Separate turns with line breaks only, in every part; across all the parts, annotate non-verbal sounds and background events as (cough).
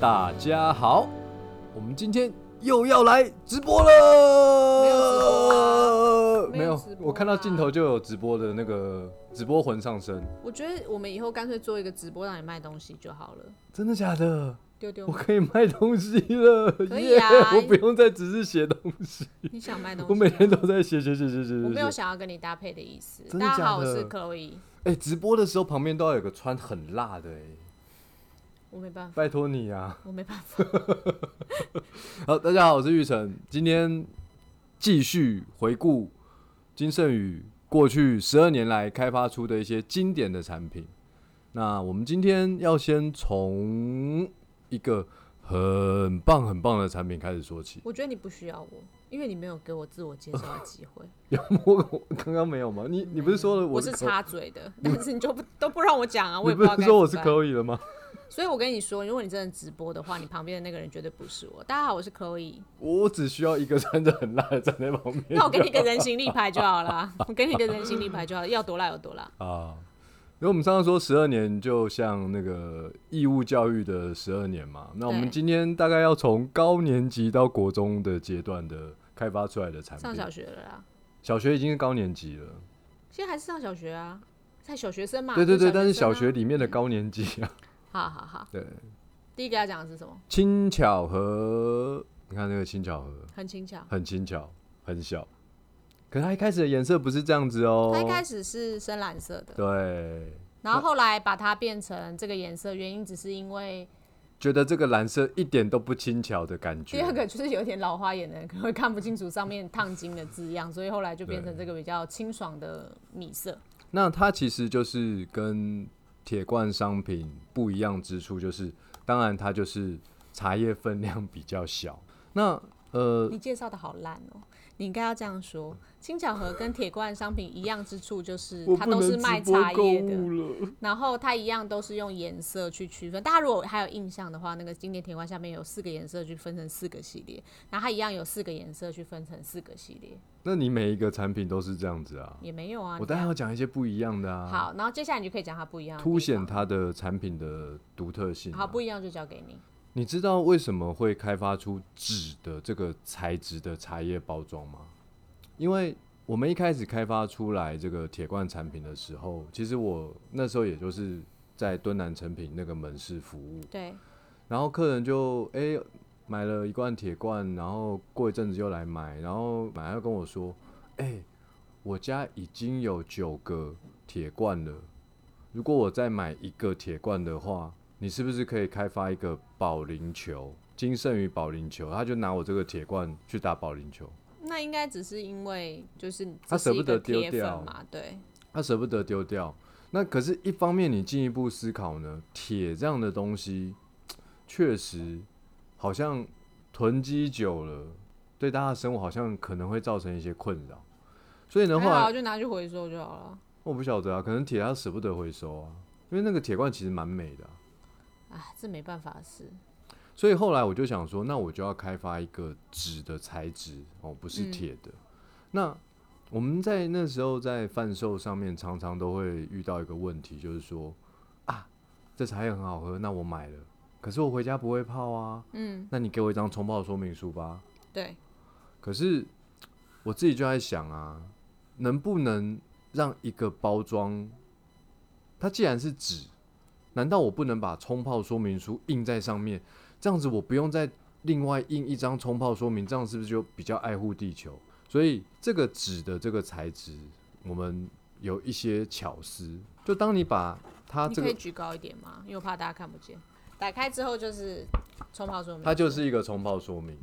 大家好，我们今天又要来直播了。
没有直播啊没有直播啊
我看到镜头就有直播的那个直播魂上身，
我觉得我们以后干脆做一个直播，让你卖东西就好了。
真的假的？
丢丢
我，可以卖东西了，
可以啊
耶我不用再只是写东西，
你想卖东西啊？
我每天都在写写写写写
我没有
写写。
想要跟你搭配的意思。
真的
大家
假
好，我
的
是 Chloe，
哎、直播的时候旁边都要有个穿很辣的、哎，
我没办法，
拜托你啊！
我没办
(laughs)
法。
好，大家好，我是玉成，今天继续回顾金圣宇过去十二年来开发出的一些经典的产品。那我们今天要先从一个很棒很棒的产品开始说起。
我觉得你不需要我，因为你没有给我自我介绍的机会。
有摸过刚刚没有吗？你你不是说了
我
是
是
可
插嘴的，但是你就不都不让我讲啊，我
你
也
不
知道
是
该
说我是
怎么办
Chloe 了吗？
所以我跟你说，如果你真的直播的话，你旁边的那个人绝对不是我。大家好，我是 Chloe，
我只需要一个穿着很辣的站在旁边
那我给你一个人形立牌就
(laughs)
好了，我给你一个人形立牌就好了，要多辣有多辣。
啊。因为我们上次说十二年，就像那个义务教育的十二年嘛。那我们
对
今天大概要从高年级到国中的阶段的开发出来的产品。
上小学了啦，
小学已经是高年级了，
现在还是上小学啊，才小学生嘛。
对对对，
就
但是小
生啊
学里面的高年级
(laughs)
啊，
好好好，
对，
第一个要讲的是什么？
轻巧和你看那个轻巧和
很轻巧。
很轻巧，很小，可是它一开始的颜色不是这样子哦。
它一开始是深蓝色的，
对，
然后后来把它变成这个颜色，原因只是因为
觉得这个蓝色一点都不轻巧的感觉。
第二个就是有点老花眼的人可能会看不清楚上面烫金的字样，所以后来就变成这个比较清爽的米色。
那它其实就是跟铁罐商品不一样之处，就是当然它就是茶叶分量比较小。 (laughs) 那呃，
你介绍的好烂哦、你应该要这样说，轻巧盒跟铁罐商品一样之处就是它都是卖茶叶的，
了。 (laughs)
然后它一样都是用颜色去区分。大家如果还有印象的话，那个经典铁罐下面有四个颜色去分成四个系列，然后它一样有四个颜色去分成四个系列，
那你每一个产品都是这样子啊？
也没有啊。
我
你
当然
看
要讲一些不一样的啊，
好，然后接下来你就可以讲它不一样的地
凸
方，
显它的产品的独特性、
好
啊。
不一样就交给你。
你知道为什么会开发出纸的这个材质的茶叶包装吗？因为我们一开始开发出来这个铁罐产品的时候，其实我那时候也就是在敦南成品那个门市服务，
对，
然后客人就诶买了一罐铁罐，然后过一阵子又来买，然后买要跟我说，诶，我家已经有九个铁罐了，如果我再买一个铁罐的话，你是不是可以开发一个保龄球？金圣宇保龄球，他就拿我这个铁罐去打保龄球，
那应该只是因为就是这
他舍
是一
不得
个
丢
铁粉
掉
嘛，对，
他舍不得丢掉。那可是，一方面你进一步思考呢，铁这样的东西，确实好像囤积久了，对大家的生活好像可能会造成一些困扰。所以呢，后
还好
来
就拿去回收就好了。
我不晓得啊，可能铁他舍不得回收啊，因为那个铁罐其实蛮美的啊、
哎，这没办法的事，
所以后来我就想说，那我就要开发一个纸的材质哦，不是
嗯
铁的。那我们在那时候在贩售上面，常常都会遇到一个问题，就是说啊，这茶叶很好喝，那我买了，可是我回家不会泡啊，
嗯，
那你给我一张冲泡说明书吧。
对，
可是我自己就在想啊，能不能让一个包装，它既然是纸，难道我不能把冲泡说明书印在上面？这样子我不用再另外印一张冲泡说明，这样是不是就比较爱护地球？所以这个纸的这个材质，我们有一些巧思。就当你把它
你
这
可以
个，
举高一点吗？因为我怕大家看不见。打开之后就是冲泡说明，
它就是一个冲泡说明。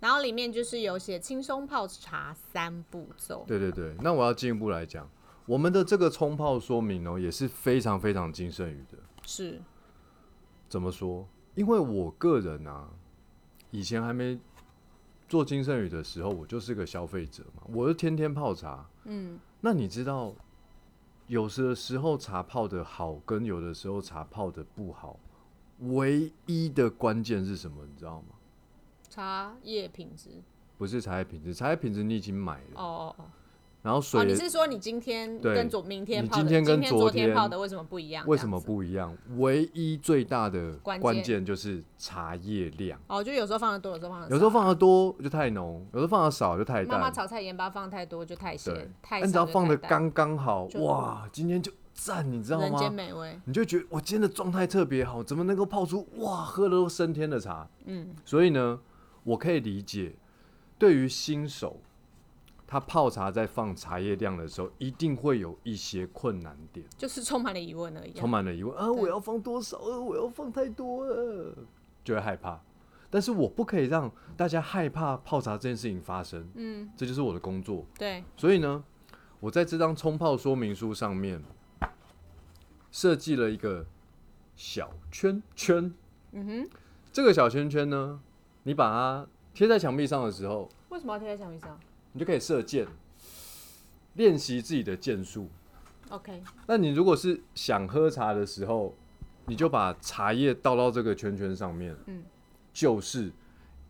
然后里面就是有写轻松泡茶三步骤，
对对对，那我要进一步来讲，我们的这个冲泡说明哦，也是非常非常金圣宇的。
是
怎么说？因为我个人啊，以前还没做金圣宇的时候，我就是个消费者嘛，我就天天泡茶。
嗯，
那你知道，有的时候茶泡的好，跟有的时候茶泡的不好，唯一的关键是什么？你知道吗？
茶叶品质。
不是茶叶品质，茶叶品质你已经买了，
哦哦哦，
然后
哦，
水
你
也
是说你今天
对
跟昨明天
你
泡的，
今天跟
昨
昨
天
天
泡的为什么不一样？
为
这
什
样
么
子？
不一样？唯一最大的
关键
关键就是茶叶量，
哦，就有时候放的多，有时候放的少。
有时候放的多就太浓，有时候放的少就太
妈妈
淡。
炒菜盐巴放太多就太
对
咸，，太
但
少
你只要
就
放
太
的
淡
刚刚好，
就
哇，今天就赞，你知道
人间
吗？
美味。
你就觉得我今天的状态特别好，怎么能够泡出哇，喝了都升天的茶？
嗯，
所以呢，我可以理解，对于新手，他泡茶在放茶叶量的时候，一定会有一些困难点，
就是充满了疑问而已啊、
充满了疑问啊，
对
我要放多少？啊我要放太多了，就会害怕。但是我不可以让大家害怕泡茶这件事情发生，
嗯，
这就是我的工作。
对，
所以呢，我在这张冲泡说明书上面设计了一个小圈圈。
嗯哼，
这个小圈圈呢，你把它贴在墙壁上的时候，
为什么要贴在墙壁上
你就可以射箭，练习自己的箭术。
？OK，
那你如果是想喝茶的时候，你就把茶叶倒到这个圈圈上面，
嗯，
就是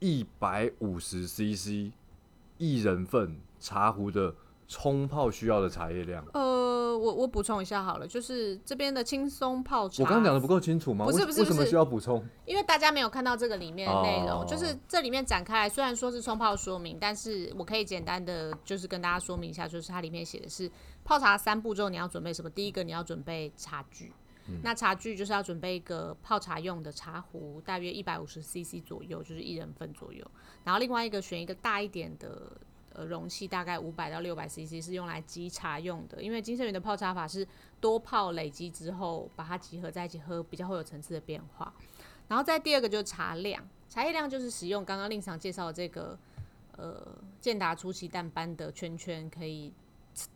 一百五十 CC 一人份茶壶的冲泡需要的茶叶量。
呃，我我补充一下好了，就是这边的轻松泡茶，
我刚刚讲的不够清楚吗？
不是
为
不是
为什
不
么
是
需要补充？
因为大家没有看到这个里面的内容，
哦
就是这里面展开来，虽然说是冲泡说明，但是我可以简单的就是跟大家说明一下，就是它里面写的是泡茶三步骤你要准备什么？第一个你要准备茶具，那茶具就是要准备一个泡茶用的茶壶，大约一百五十 CC 左右，就是一人份左右。然后另外一个选一个大一点的。呃，容器大概五百到六百 CC 是用来积茶用的，因为金圣宇的泡茶法是多泡累积之后，把它集合在一起喝，比较会有层次的变化。然后再第二个就是茶量，茶叶量就是使用刚刚令常介绍的这个呃健达出奇蛋般的圈圈，可以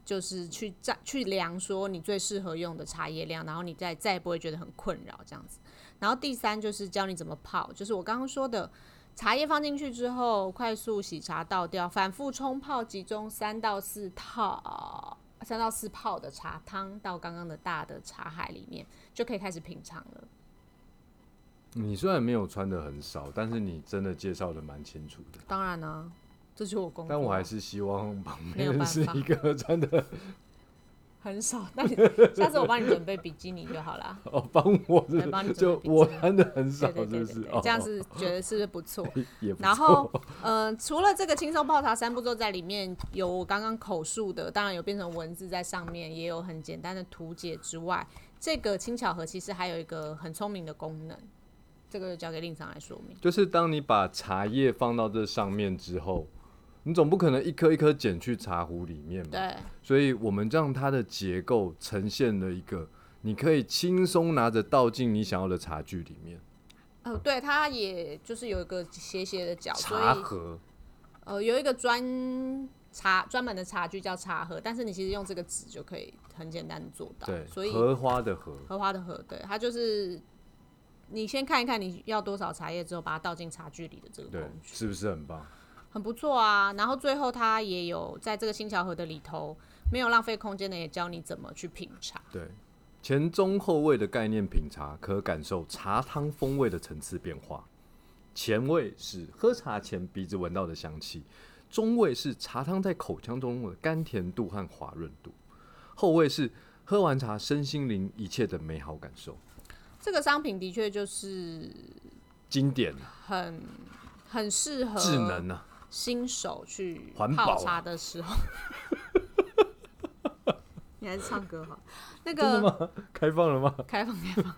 就是去占去量说你最适合用的茶叶量，然后你再再也不会觉得很困扰这样子。然后第三就是教你怎么泡，就是我刚刚说的。茶叶放进去之后，快速洗茶倒掉，反复冲泡，集中三到四套、三到四泡的茶汤到刚刚的大的茶海里面，就可以开始品尝了。
你虽然没有穿的很少，但是你真的介绍的蛮清楚的。
当然啊，这就是我工作啊。
但我还是希望旁
没有
边
办
是
法
一个穿的
很少。
(laughs)
那你下次我帮你准备比基尼就好啦。
哦，帮我是
来帮
不
你
是？
准
就
备
我穿的很少，
对
是
对对
不
对
是
对，？
哦
这样子觉得是不是
(laughs)
不错？
也不
然
错。
后，嗯、除了这个轻松泡茶三步骤在里面有我刚刚口述的，当然有变成文字在上面，也有很简单的图解之外，这个轻巧盒其实还有一个很聪明的功能，这个就交给令长来说明。
就是当你把茶叶放到这上面之后，你总不可能一颗一颗捡去茶壶里面嘛。
对，
所以我们让它的结构呈现了一个你可以轻松拿着倒进你想要的茶具里面，
呃，对，它也就是有一个斜斜的角，所
茶
以
盒。
呃，有一个专茶专门的茶具叫茶盒，但是你其实用这个纸就可以很简单的做到。
对
所，以
荷花的荷。
荷花的荷，对，它就是你先看一看你要多少茶叶，之后把它倒进茶具里的这个
对
工，具，
是不是很棒？
很不错啊。然后最后它也有在这个新桥盒的里头，没有浪费空间的，也教你怎么去品茶。
对，前中后味的概念品茶，可感受茶汤风味的层次变化。前味是喝茶前鼻子闻到的香气，中味是茶汤在口腔中的甘甜度和滑润度，后味是喝完茶身心灵一切的美好感受。
这个商品的确就是
经典啊
很很适合
智能啊，
新手去
环保啊
泡茶的
(laughs)
时候。你还是唱歌好，那
真的
个
吗？开放了吗？
开放开放，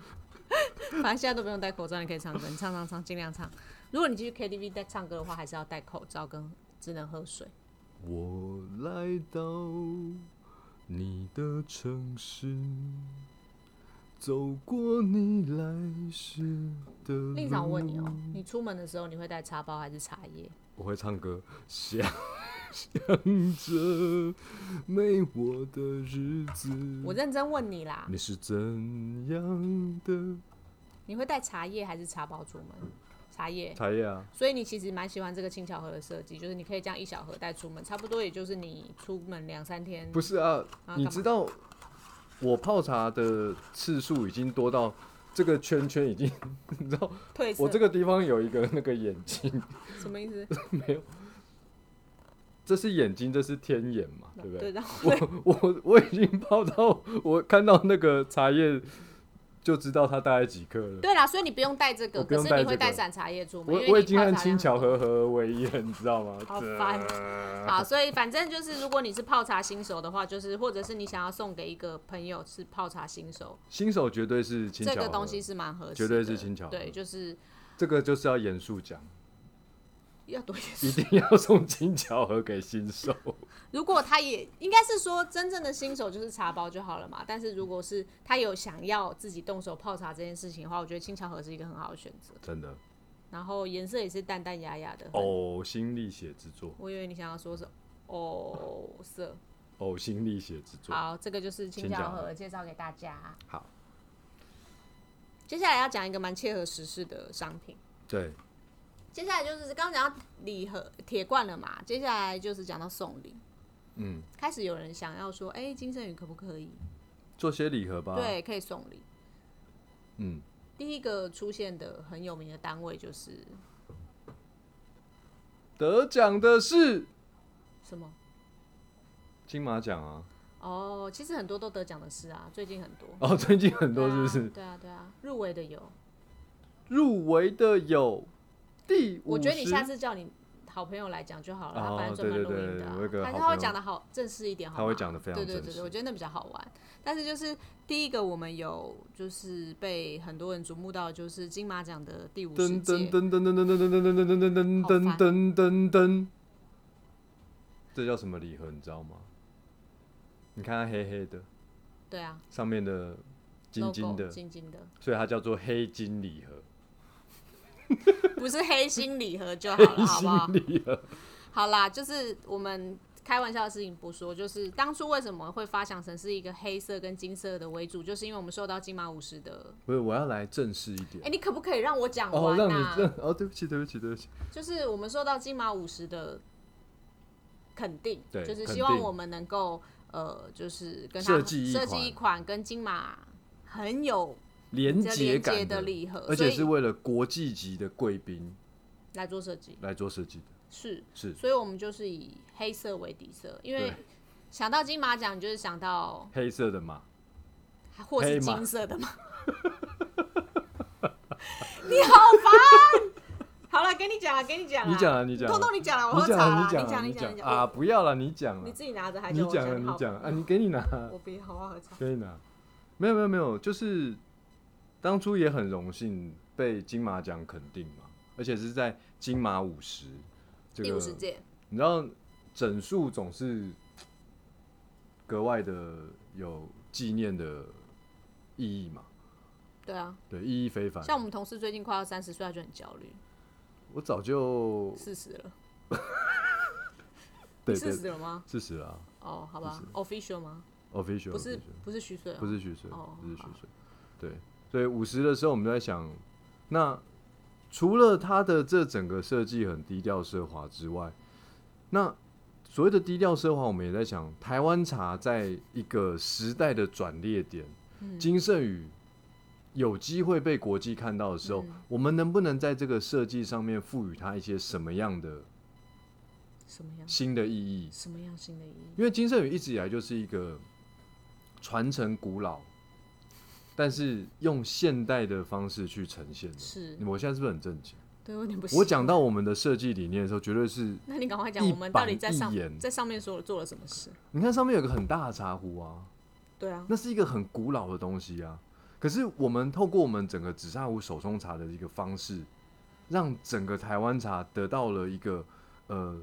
(laughs) 反正现在都不用戴口罩，你可以唱歌，你唱唱唱，尽量唱。如果你去 KTV 在唱歌的话，还是要戴口罩跟只能喝水。
我来到你的城市，走过你来时的路。
令长，我问你哦、
嗯
你出门的时候你会带茶包还是茶叶？
我会唱歌，想想着没我的日子，
我认真问你啦，
你是怎样的
你会带茶叶还是茶包出门？茶叶。
茶叶啊？
所以你其实蛮喜欢这个轻巧盒的设计，就是你可以这样一小盒带出门，差不多也就是你出门两三天。
不是啊，
啊
你
干
知
嘛
道我泡茶的次数已经多到这个圈圈已经，你知道
褪色
我这个地方有一个那个眼睛，
什么意思？
没有，这是眼睛，这是天眼嘛，对不对？
对，然后
我我我已经泡到，我看到那个茶叶就知道它大概几克了。
对啦，所以你不用带这个，
我不用
可是你
带
会
这
带
个
散茶叶出门，
我
因为
我已
你
经
泡
和
茶
清
量
巧合
很
合为一了，你知道吗？
好烦
(laughs)
好，所以反正就是，如果你是泡茶新手的话，就是或者是你想要送给一个朋友是泡茶新手，
新手绝对是轻巧
这
合，
个东西是蛮合适的，
绝对是轻巧合
对，就是
这个就是要严肃讲，
要多严
一
肃。
定要送轻巧盒给新手。
(laughs) 如果他也应该是说，真正的新手就是茶包就好了嘛。但是如果是他有想要自己动手泡茶这件事情的话，我觉得青巧盒是一个很好的选择。
(laughs) 真的，
然后颜色也是淡淡雅雅的。，
(laughs) 呕心沥血之作，
我以为你想要说是哦色。
呕心沥血之作。
好，这个就是青
青
巧
巧
盒
盒
介绍给大家。
好，
接下来要讲一个蛮切合时事的商品。
对，
接下来就是刚刚讲到礼盒、铁罐了嘛，接下来就是讲到送礼，
嗯，
开始有人想要说，哎、金圣宇可不可以？
做些礼盒吧。，
对，可以送礼。
啊嗯，
第一个出现的很有名的单位就是
得奖的是
什么？
金马奖啊。
哦，其实很多都得奖的是啊，最近很多，
哦，最近很多是不是？
对啊，对啊，对啊入围的有。
入围的有第五
我觉得你
十
下次叫你好朋友来讲就好了，他
哦
反正专门录
对对
音的、
对我有个
啊，还是
好
他
朋
会
友
讲的好正式一点好吗，
他会讲得非常
对对
正
对
式
对，我觉得那比较好玩。但是就是第一个，我们有就是被很多人瞩目到，就是金马奖的第五十
噔
届
噔噔噔噔噔噔噔噔噔噔噔噔噔噔，这叫什么礼盒？你知道吗？你看它黑黑的，
对啊，
上面的金金
logo，
的，
金金的，
所以它叫做黑金礼盒。
不是黑心礼盒就好了，好不
(laughs)
好？
黑金礼盒，
好啦，就是我们开玩笑的事情不说，就是当初为什么会发想成是一个黑色跟金色的为主，就是因为我们受到金马五十的。
不是，我要来正式一
哎、
点。
你可不可以让我讲
哦，
完
让你
啊？
让哦，对不起，对不起，对不起。
就是我们受到金马五十的肯定，
对
就是
肯
希望
定
我们能够呃，就是跟他
设计一
设
款
计一款跟金马很有
连接
连接
感
的礼盒
而且
所
是
以
为了国际级的贵宾
来做设计，
来做设计的，
是
是
所以我们就是以黑色为底色，因为
对
想到金马奖，你就是想到
黑色的嘛？
或是
黑马
金色的嘛。你好烦！ (laughs) 好了，给你讲了，给你讲了，
你讲啊，你讲啊，
通通你讲了，我
你
喝
讲
茶
啊，
啦
你讲啊，
你
你
讲，
讲
你
啊
讲
啊！，不要了，你讲
我
了
你。自己拿着还
你
叫我
讲了，
你好
你讲了
烦
啊，你给你拿，
我不要，我要喝茶。
给你拿。没有没有没有，就是当初也很荣幸被金马奖肯定嘛，而且是在金马五十这
第
个
五，十届，
你知道整数总是格外的有纪念的意义嘛，
对啊，
对，意义非凡。
像我们同事最近快要三十岁，他就很焦虑，
我早就
四十了，
对
四
对
十了吗？
四十了啊
哦，好吧，official 吗？
，official
不是
official，
不是虚岁哦，
不是虚岁，
哦
不是虚
好
岁。对，所以五十的时候，我们就在想，那除了它的这整个设计很低调奢华之外，那所谓的低调奢华，我们也在想，台湾茶在一个时代的转捩点，
嗯
金圣宇有机会被国际看到的时候，
嗯
我们能不能在这个设计上面赋予它一些什么样的
什么样
新的意义？
什么样新的意义？
因为金圣宇一直以来就是一个传承古老，但是用现代的方式去呈现的。
是
我现在是不是很正经？
对，我有点 (laughs) 不
我
习
讲
惯，
到我们的设计理念的时候，绝对是
那你赶快讲，
一
我们到
板
底在
一
上
眼
在上面说了做了什么事？
你看上面有个很大的茶壶啊，
对啊，
那是一个很古老的东西啊。可是我们透过我们整个紫砂壶手冲茶的一个方式，让整个台湾茶得到了一个呃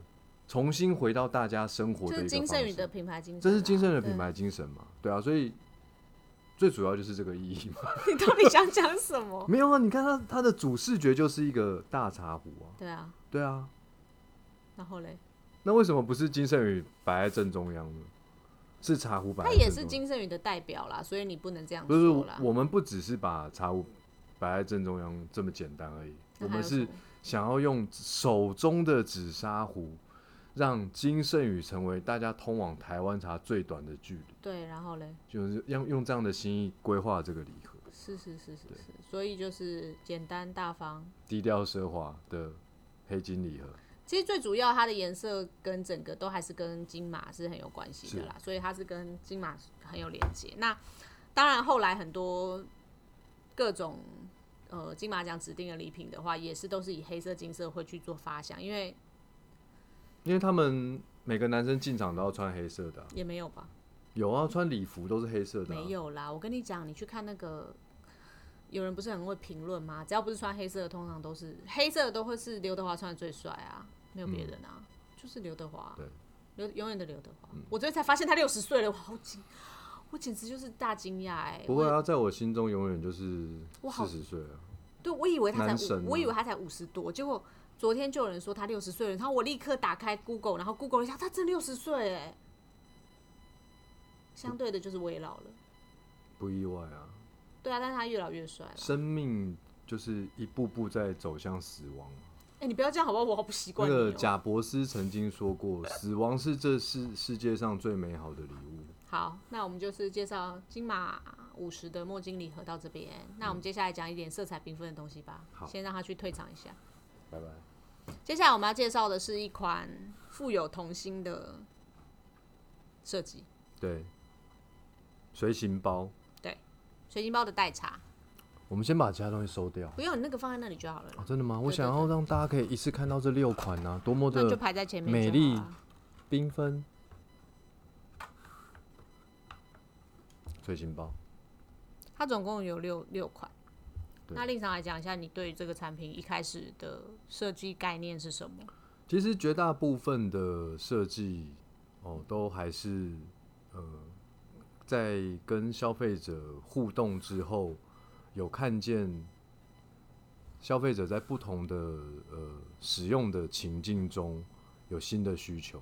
重新回到大家生活
这
的一
是
个
金
方
圣宇
式。
的品牌精神啊， (laughs)
这是金圣宇的
对
品。牌精神嘛？对啊，所以最主要就是这个意义嘛。
你到底想讲什
(laughs)
么？
没有啊，你看它它的主视觉就是一个大茶壶啊，
对啊，
对啊，
然后嘞，
那为什么不是金圣宇摆在正中央呢？是茶壶摆
他
在
也
正中
是
央。
金圣宇的代表啦，所以你不能这样
不是
说
我
啦。
我们不只是把茶壶摆在正中央这么简单而已，
那
我
还有
们
什
是
么
想要用手中的紫砂壶，让金圣宇成为大家通往台湾茶最短的距离，
对，然后嘞。
就是用用这样的心意规划这个礼盒。
是是是是是，所以就是简单大方。
低调奢华的黑金礼盒，
其实最主要它的颜色跟整个都还是跟金马是很有关系的啦，所以它是跟金马很有连接。那当然后来很多各种呃金马奖指定的礼品的话，也是都是以黑色、金色会去做发想，因为
因为他们每个男生进场都要穿黑色的啊、
也没有吧。
有啊，穿礼服都是黑色的、啊
没，有啦，我跟你讲，你去看那个，有人不是很会评论吗？只要不是穿黑色的，通常都是黑色的，都会是刘德华穿的最帅啊，没有别人啊，就是刘德华
嗯对，嗯
刘永远的刘德华。我昨天才发现他六十岁了，我好惊，我简直就是大惊讶哎！
不会啊，在我心中永远就是
我好
四十岁啊，
对，我以为他才
男神
五
啊，
我以为他才五十多，结果昨天就有人说他六十岁了，然后我立刻打开 Google，然后 Google 了一下，他真六十岁哎。相对的，就是我也老了，
不意外啊。
对啊，但是他越老越帅了。
生命就是一步步在走向死亡。啊
哎、你不要这样好不好？我好不习
那
惯你、哦。
个贾伯斯曾经说
(laughs)
过，死亡是这世世界上最美好的礼物。
好，那我们就是介绍金马五十的墨金礼盒到这边。那我们接下来讲一点色彩缤纷的东西吧。
嗯好
先让他去退场一下。
拜拜。
接下来我们要介绍的是一款富有童心的设计，
对，随行包，
水晶包的代茶，
我们先把其他东西收掉。
不用你那个放在那里就好了啦
哦，，真的吗？我
对
想
对
要让大家可以一次看到这六款啊，多么
那就
的
排在前面就
美
好
丽
啦
缤纷。随行包，
它总共有六六款。
对
那令常来讲一下，你对于这个产品一开始的设计概念是什么？
其实绝大部分的设计哦，都还是呃，在跟消费者互动之后，有看见消费者在不同的呃使用的情境中有新的需求。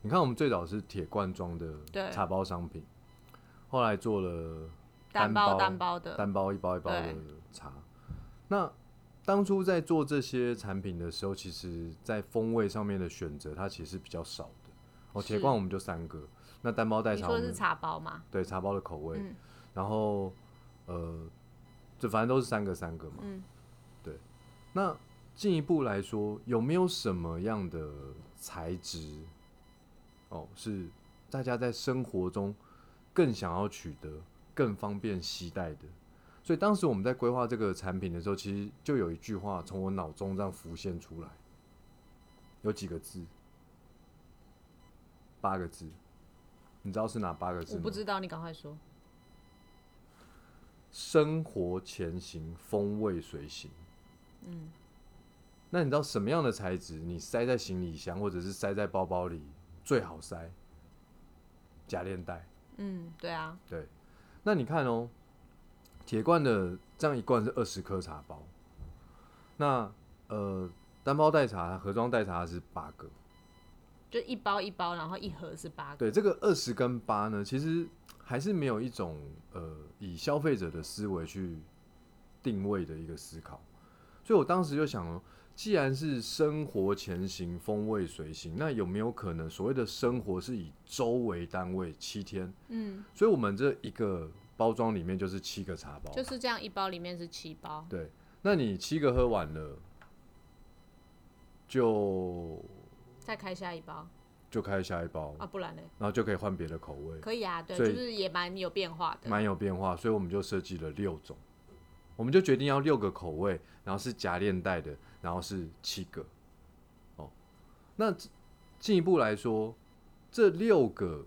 你看，我们最早是铁罐装
对
的茶包商品，后来做了单
单包
包
单包的，
单包一包一包的
对
茶。那当初在做这些产品的时候，其实在风味上面的选择，它其实是比较少的。哦，
是
铁罐我们就三个，那单包代
你
茶
说
我
的是
们
茶包吗？
对茶包的口味，
嗯
然后呃，这反正都是三个三个嘛。
嗯
对，那进一步来说，有没有什么样的材质哦，是大家在生活中更想要取得、更方便携带的？所以当时我们在规划这个产品的时候，其实就有一句话从我脑中这样浮现出来，有几个字，八个字，你知道是哪八个字
我
吗？
不知道，你赶快说。
生活前行，风味随行。嗯，那你知道什么样的材质，你塞在行李箱或者是塞在包包里最好塞？夹链袋。
嗯，对啊。
对，那你看哦，铁罐的这样一罐是二十颗茶包，那呃单包代茶、盒装代茶是八个。
就一包一包，然后一盒是八个。
对，这个二十跟八呢，其实还是没有一种呃以消费者的思维去定位的一个思考。所以我当时就想哦，既然是生活前行，风味随行，那有没有可能所谓的生活是以周为单位，七天？
嗯，
所以我们这一个包装里面就是七个茶包。
就是这样，一包里面是七包，
对，那你七个喝完了，就
再开下一包
就开下一包，
啊，不然呢？
然后就可以换别的口味。
可以啊，对，就
所以
是也蛮有变化的。
蛮有变化，所以我们就设计了六种，我们就决定要六个口味，然后是夹链带的，然后是七个。哦，那这进一步来说，这六个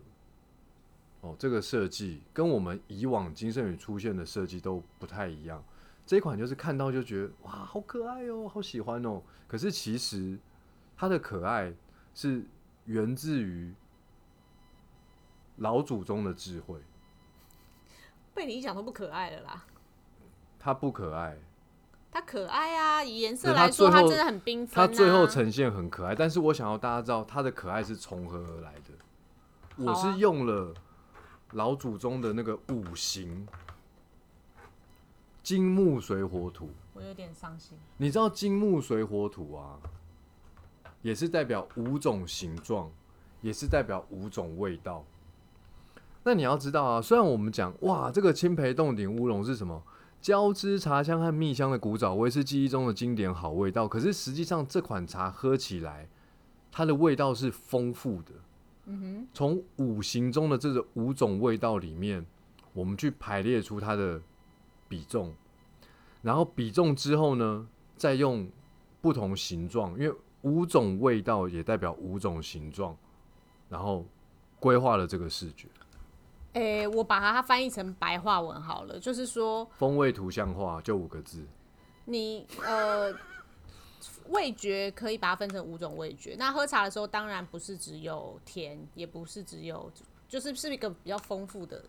哦，这个设计跟我们以往金圣宇出现的设计都不太一样。这一款就是看到就觉得哇，好可爱哦，好喜欢哦。可是其实它的可爱是源自于老祖宗的智慧。
被你一讲都不可爱了啦，
它不可爱，
它可爱啊，以颜色
对它
来说，
最
它
后
真的很缤纷、
它
啊。
最后呈现很可爱，但是我想要大家知道，它的可爱是从何而来的。
好
我
啊
是用了老祖宗的那个五行，金木水火土。
我有点伤心。
你知道金木水火土啊，也是代表五种形状，也是代表五种味道。那你要知道啊，虽然我们讲哇，这个青培洞顶乌龙是什么？交织茶香和蜜香的古早味是记忆中的经典好味道，可是实际上这款茶喝起来，它的味道是丰富的。嗯哼，从五行中的这个五种味道里面，我们去排列出它的比重，然后比重之后呢，再用不同形状，因为五种味道也代表五种形状，然后规划了这个视觉
诶、我把它翻译成白话文好了，就是说
风味图像化，就五个字。
你呃，味觉可以把它分成五种味觉。那喝茶的时候，当然不是只有甜，也不是只有，就是是一个比较丰富的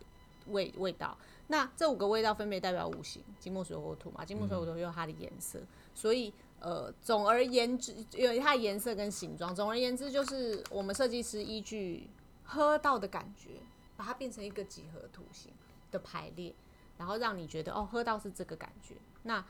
味味道。那这五个味道分别代表五行：金木水火土嘛。金木水
嗯
火土又有它的颜色，所以呃，总而言之，有它的颜色跟形状。总而言之，就是我们设计师依据喝到的感觉，把它变成一个几何图形的排列，然后让你觉得哦，喝到是这个感觉。那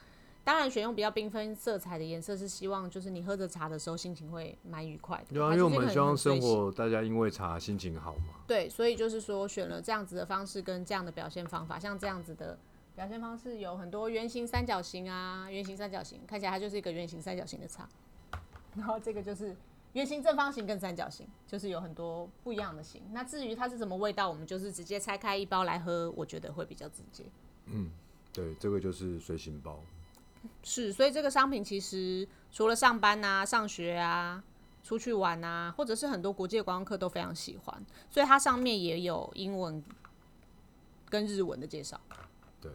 当然，选用比较缤纷色彩的颜色是希望，就是你喝着茶的时候心情会蛮愉快的。
对啊，
它
因为我
就是一个
们
很
希望
很
生
随性
活大家因为茶心情好嘛。
对，所以就是说选了这样子的方式跟这样的表现方法，像这样子的表现方式有很多圆形、三角形啊，圆形、三角形，看起来它就是一个圆形、三角形的茶。然后这个就是圆形、正方形跟三角形，就是有很多不一样的形。那至于它是什么味道，我们就是直接拆开一包来喝，我觉得会比较直接。
对，这个就是随行包。
是，所以这个商品其实除了上班啊、上学啊、出去玩啊，或者是很多国际的观光客都非常喜欢，所以它上面也有英文跟日文的介绍。
对，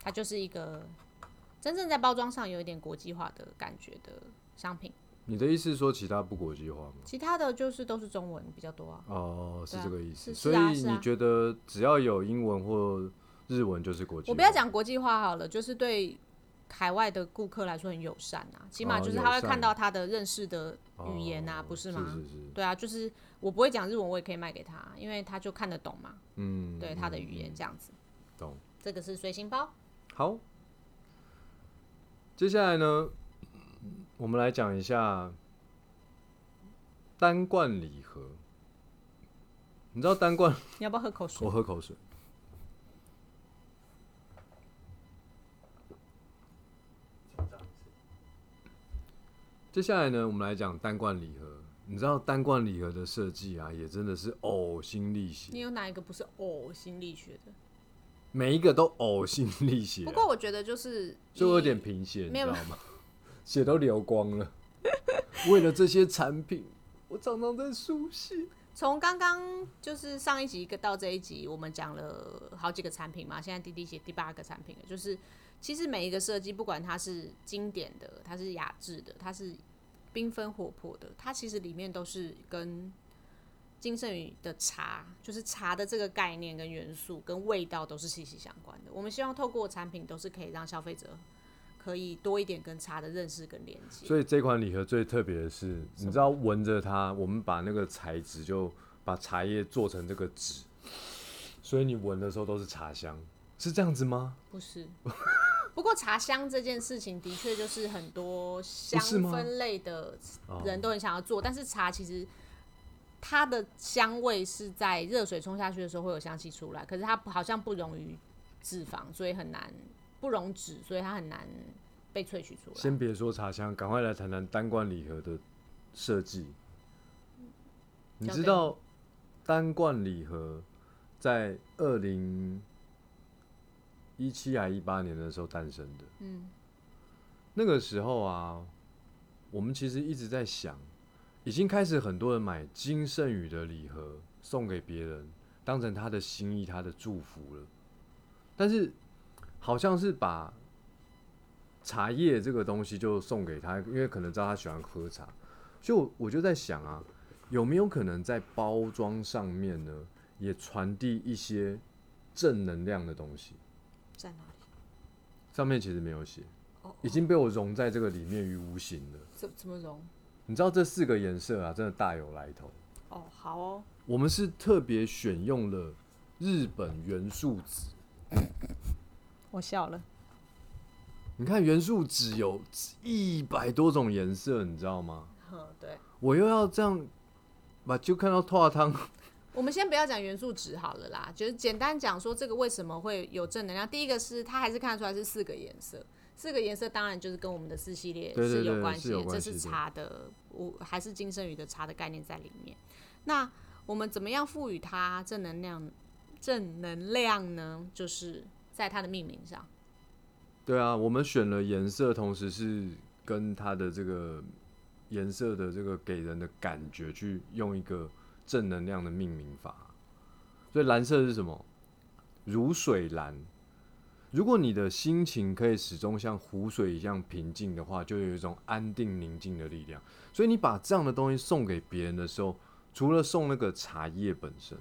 它就是一个真正在包装上有一点国际化的感觉的商品。
你的意思是说其他不国际化吗？
其他的就是都是中文比较多啊。
哦，是
对啊
这个意思。
是
所
是啊
以
是啊
你觉得只要有英文或日文就是国际化？
我不要讲国际化好了，就是对海外的顾客来说很友善啊，起码
哦
就是
友
他会
善
看到他的认识的语言啊，
哦
不是吗？
是是是，
对啊，就是我不会讲日文，我也可以卖给他，因为他就看得懂嘛，
嗯，
对他的语言这样子。
懂。
这个是随行包，
好，接下来呢，我们来讲一下单罐礼盒。你知道单罐？
你要不要喝口水？
我喝口水。接下来呢，我们来讲单罐礼盒。你知道单罐礼盒的设计啊，也真的是呕心沥
你
血，
有哪一个不是呕心沥血的？
每一个都呕心沥血
不
啊，
过我觉得就是
就有点
你
贫血，你
没
知
有
道吗？ (laughs) 血都流光
(laughs)
了。为了这些产品，我常常在输血。
从刚刚就是上一集一个到这一集，我们讲了好几个产品嘛，现在滴滴写第八个产品了，就是其实每一个设计，不管它是经典的，它是雅致的，它是缤纷活泼的，它其实里面都是跟金圣宇的茶，就是茶的这个概念跟元素跟味道都是息息相关的。我们希望透过产品，都是可以让消费者可以多一点跟茶的认识跟连接。
所以这款礼盒最特别的是，你知道闻着它，我们把那个材质就把茶叶做成这个纸，所以你闻的时候都是茶香，是这样子吗？
不是。 (laughs) 不过茶香这件事情的确就是很多香
不是吗
氛类的
哦
人都很想要做，但是茶其实它的香味是在热水冲下去的时候会有香气出来，可是它好像不溶于脂肪，所以很难不溶脂，所以它很难被萃取出来。
先别说茶香，赶快来谈谈单罐礼盒的设计。你
交
知
给
道单罐礼盒在二零一七还一八年的时候诞生的。嗯，那个时候啊，我们其实一直在想，已经开始很多人买金圣宇的礼盒送给别人，当成他的心意、他的祝福了。但是好像是把茶叶这个东西就送给他，因为可能知道他喜欢喝茶，所以我我就在想啊，有没有可能在包装上面呢，也传递一些正能量的东西？
在哪里？
上面其实没有写
哦，
已经被我融在这个里面于无形了。
怎怎么溶？
你知道这四个颜色啊，真的大有来头。
哦，好哦，
我们是特别选用了日本元素纸，
我笑了。
你看元素纸有一百多种颜色，你知道吗？
哼，嗯对。
我又要这样把就看到拓汤
我们先不要讲元素值好了啦，就是简单讲说这个为什么会有正能量。第一个是它还是看得出来是四个颜色，四个颜色当然就是跟我们的四系列
对对对
有关
是
系的，
有关
这
系
是
的
茶的，我还是金圣宇的茶的概念在里面。那我们怎么样赋予它正能量？正能量呢，就是在它的命名上。
对啊，我们选了颜色，同时是跟它的这个颜色的这个给人的感觉去用一个正能量的命名法。所以蓝色是什么？如水蓝。如果你的心情可以始终像湖水一样平静的话，就有一种安定宁静的力量。所以你把这样的东西送给别人的时候，除了送那个茶叶本身，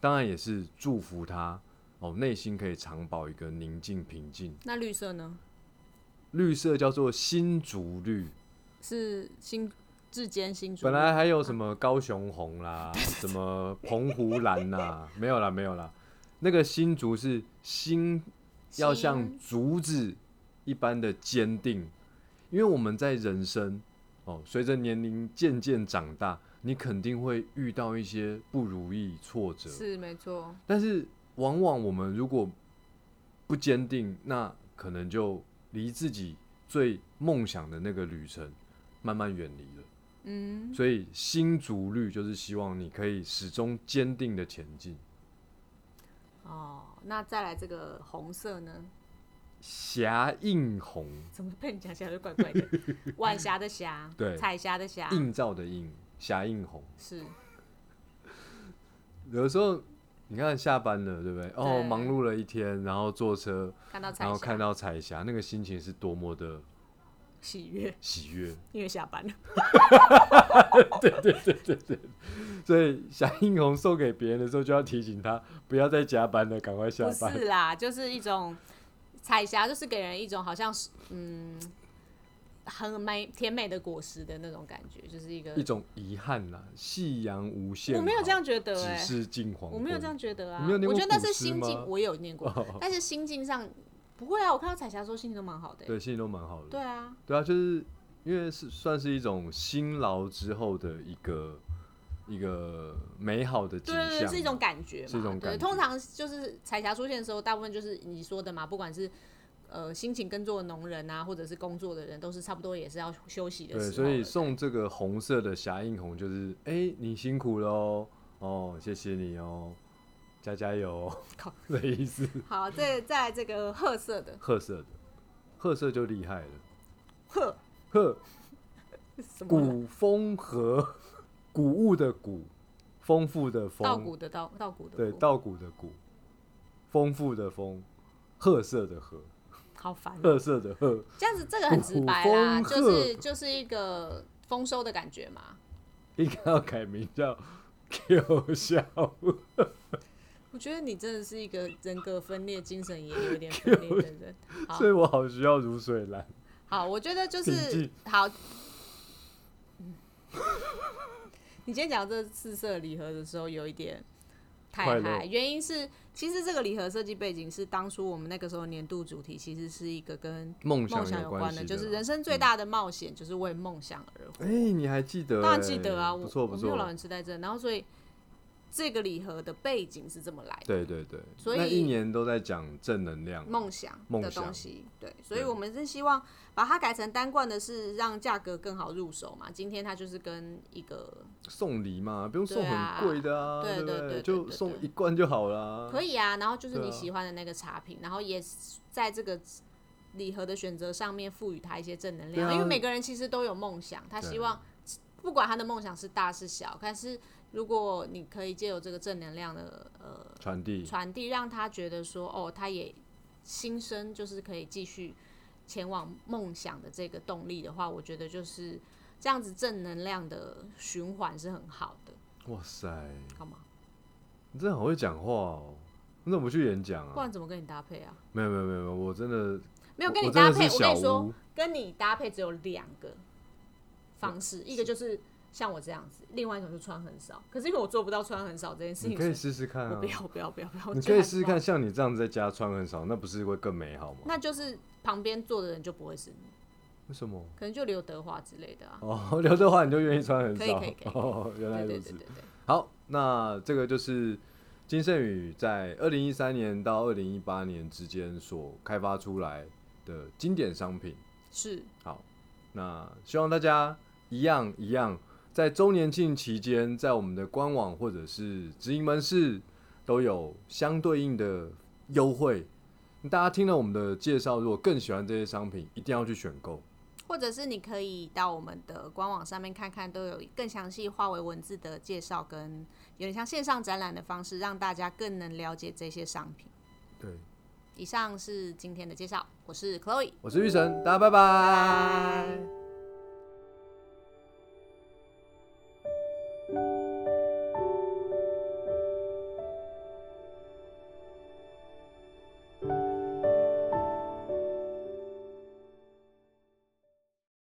当然也是祝福他哦，内心可以长保一个宁静平静。
那绿色呢？
绿色叫做新竹绿，
是新至坚新竹。
本来还有什么高雄红
(laughs)
啦，什么澎湖蓝啦， (laughs) 没有啦没有啦，那个新竹是新，要像竹子一般的坚定，因为我们在人生哦，随着年龄渐渐长大，你肯定会遇到一些不如意、挫折，
是没错，
但是往往我们如果不坚定，那可能就离自己最梦想的那个旅程慢慢远离了。嗯，所以新竹绿就是希望你可以始终坚定的前进。
哦。那再来这个红色呢？
霞映红，
怎么被你讲起来就怪
(laughs)
怪的？晚霞的霞，
对
彩霞的霞，
映照的映，霞映红。
是
有的时候你看下班了，对不对？哦，
对
忙碌了一天，然后坐车，
看到彩
然后
霞，
看到彩霞，那个心情是多么的
喜悦， (laughs)
喜悦。
因为下班了。
所以夏映红送给别人的时候，就要提醒他不要再加班了，赶快下
不
班。
是啦，就是一种彩霞，就是给人一种好像是嗯。很美甜美的果实的那种感觉，就是一个
一种遗憾啦，夕阳无限好。
我没有这样觉得
只
哎、
是近黄昏。
我没有这样觉得啊
你没有，念
我
过
觉得那
古
是
诗
心
吗
境，我有念过，
哦
但是心境上不会啊。我看到彩霞说心情都蛮好的欸、
(laughs) 对，心情都蛮好的。
对啊，
对啊，就是因为是算是一种辛劳之后的一个一个美好的景
对对
象，
对，是一种感觉嘛，
是一种感觉
对，通常就是彩霞出现的时候，大部分就是你说的嘛，不管是呃辛勤耕作的农人啊，或者是工作的人，都是差不多也是哦要休息的
对，
时候
所以
了
送这个红色的霞映红，就是哎、你辛苦了哦，哦，谢谢你哦，加加油哦
靠
(laughs) 的意思。
好，再再来这个褐色的
褐色的，褐色就厉害了，
褐
褐。
什么啦？
古风和古物的古，丰富的
稻
丰，
谷的稻稻谷的
对，
谷
稻谷的谷，丰富的丰，褐色的
嗯
褐，
好烦哦、
褐色的褐，
这样子这个很直
呃
白
古
啦，
风
就
褐
是就是一个丰收的感觉嘛。
应该要改名叫 (laughs) Q 笑
我觉得你真的是一个人格分裂、精神也有点
(laughs)
分裂的人。好
所以我好需要如水蓝。
好，我觉得就
笔
是
记
好。 (laughs) 嗯你今天讲这四色礼盒的时候，有一点
快
太
乐
嗨，原因是其实这个礼盒设计背景是当初我们那个时候年度主题，其实是一个跟
梦
梦
想
想
有
关
系
的，
的，嗯
就是人生最大的冒险，就是为梦想而活。
哎、你还记得、哎
当然记得啊，
不
我
错
我
不
没有老
错，
人痴呆症，然后所以这个礼盒的背景是这么来的。
对对对，
所
那
以
一年都在讲正能量，
梦想
梦
的东
想
西，对，所以我们是希望把它改成单罐的，是让价格更好入手嘛。今天它就是跟一个
送礼嘛，不用送
对啊
很贵的啊，
对
不
对对对
就
对
送
对
一罐就好啦。
可以啊，然后就是
呃对
你
啊
喜欢的那个茶品，然后也在这个礼盒的选择上面赋予它一些正能量，
对啊
因为每个人其实都有梦想，他希
对啊
望不管他的梦想是大是小，但是如果你可以借由这个正能量的呃
传递，
传递，让他觉得说，哦，他也心生就是可以继续前往梦想的这个动力的话，我觉得就是这样子正能量的循环是很好的，
哇塞，
好吗？
你真的好会讲话哦！你怎么不去演讲
不
啊？
然怎么跟你搭配啊？
没有没有没有没有，我真的
没有
我
跟你
我真
搭
的
配，
是
我跟
小
你说
吴，
跟你搭配只有两个方式，一个就是像我这样子，另外一种就穿很少。可是因为我做不到穿很少这件事
你
情，
可以
所
试试看
以我
啊
不！要，我不要，我不要，不要，我
你
觉
可
得
以
还
试试
是不要
看，，像你这样在家穿很少，那不是会更美好吗？
那就是旁边坐的人就不会是你，
为什么？
可能就刘德华之类的啊。
哦，刘德华你就愿意穿很
可以
少
可以可以？
哦，原来
对对
如此。
对对对。
好，那这个就是金圣宇在二零一三年到二零一八年之间所开发出来的的经典商品。
是
那希望大家一样一样，在周年庆期间，在我们的官网或者是直营门市都有相对应的优惠。大家听了我们的介绍，如果更喜欢这些商品，一定要去选购。
或者是你可以到我们的官网上面看看，都有更详细化为文字的介绍，跟有点像线上展览的方式，让大家更能了解这些商品。
对，
以上是今天的介绍，我是 Chloe。
我是玉神，大家拜拜
拜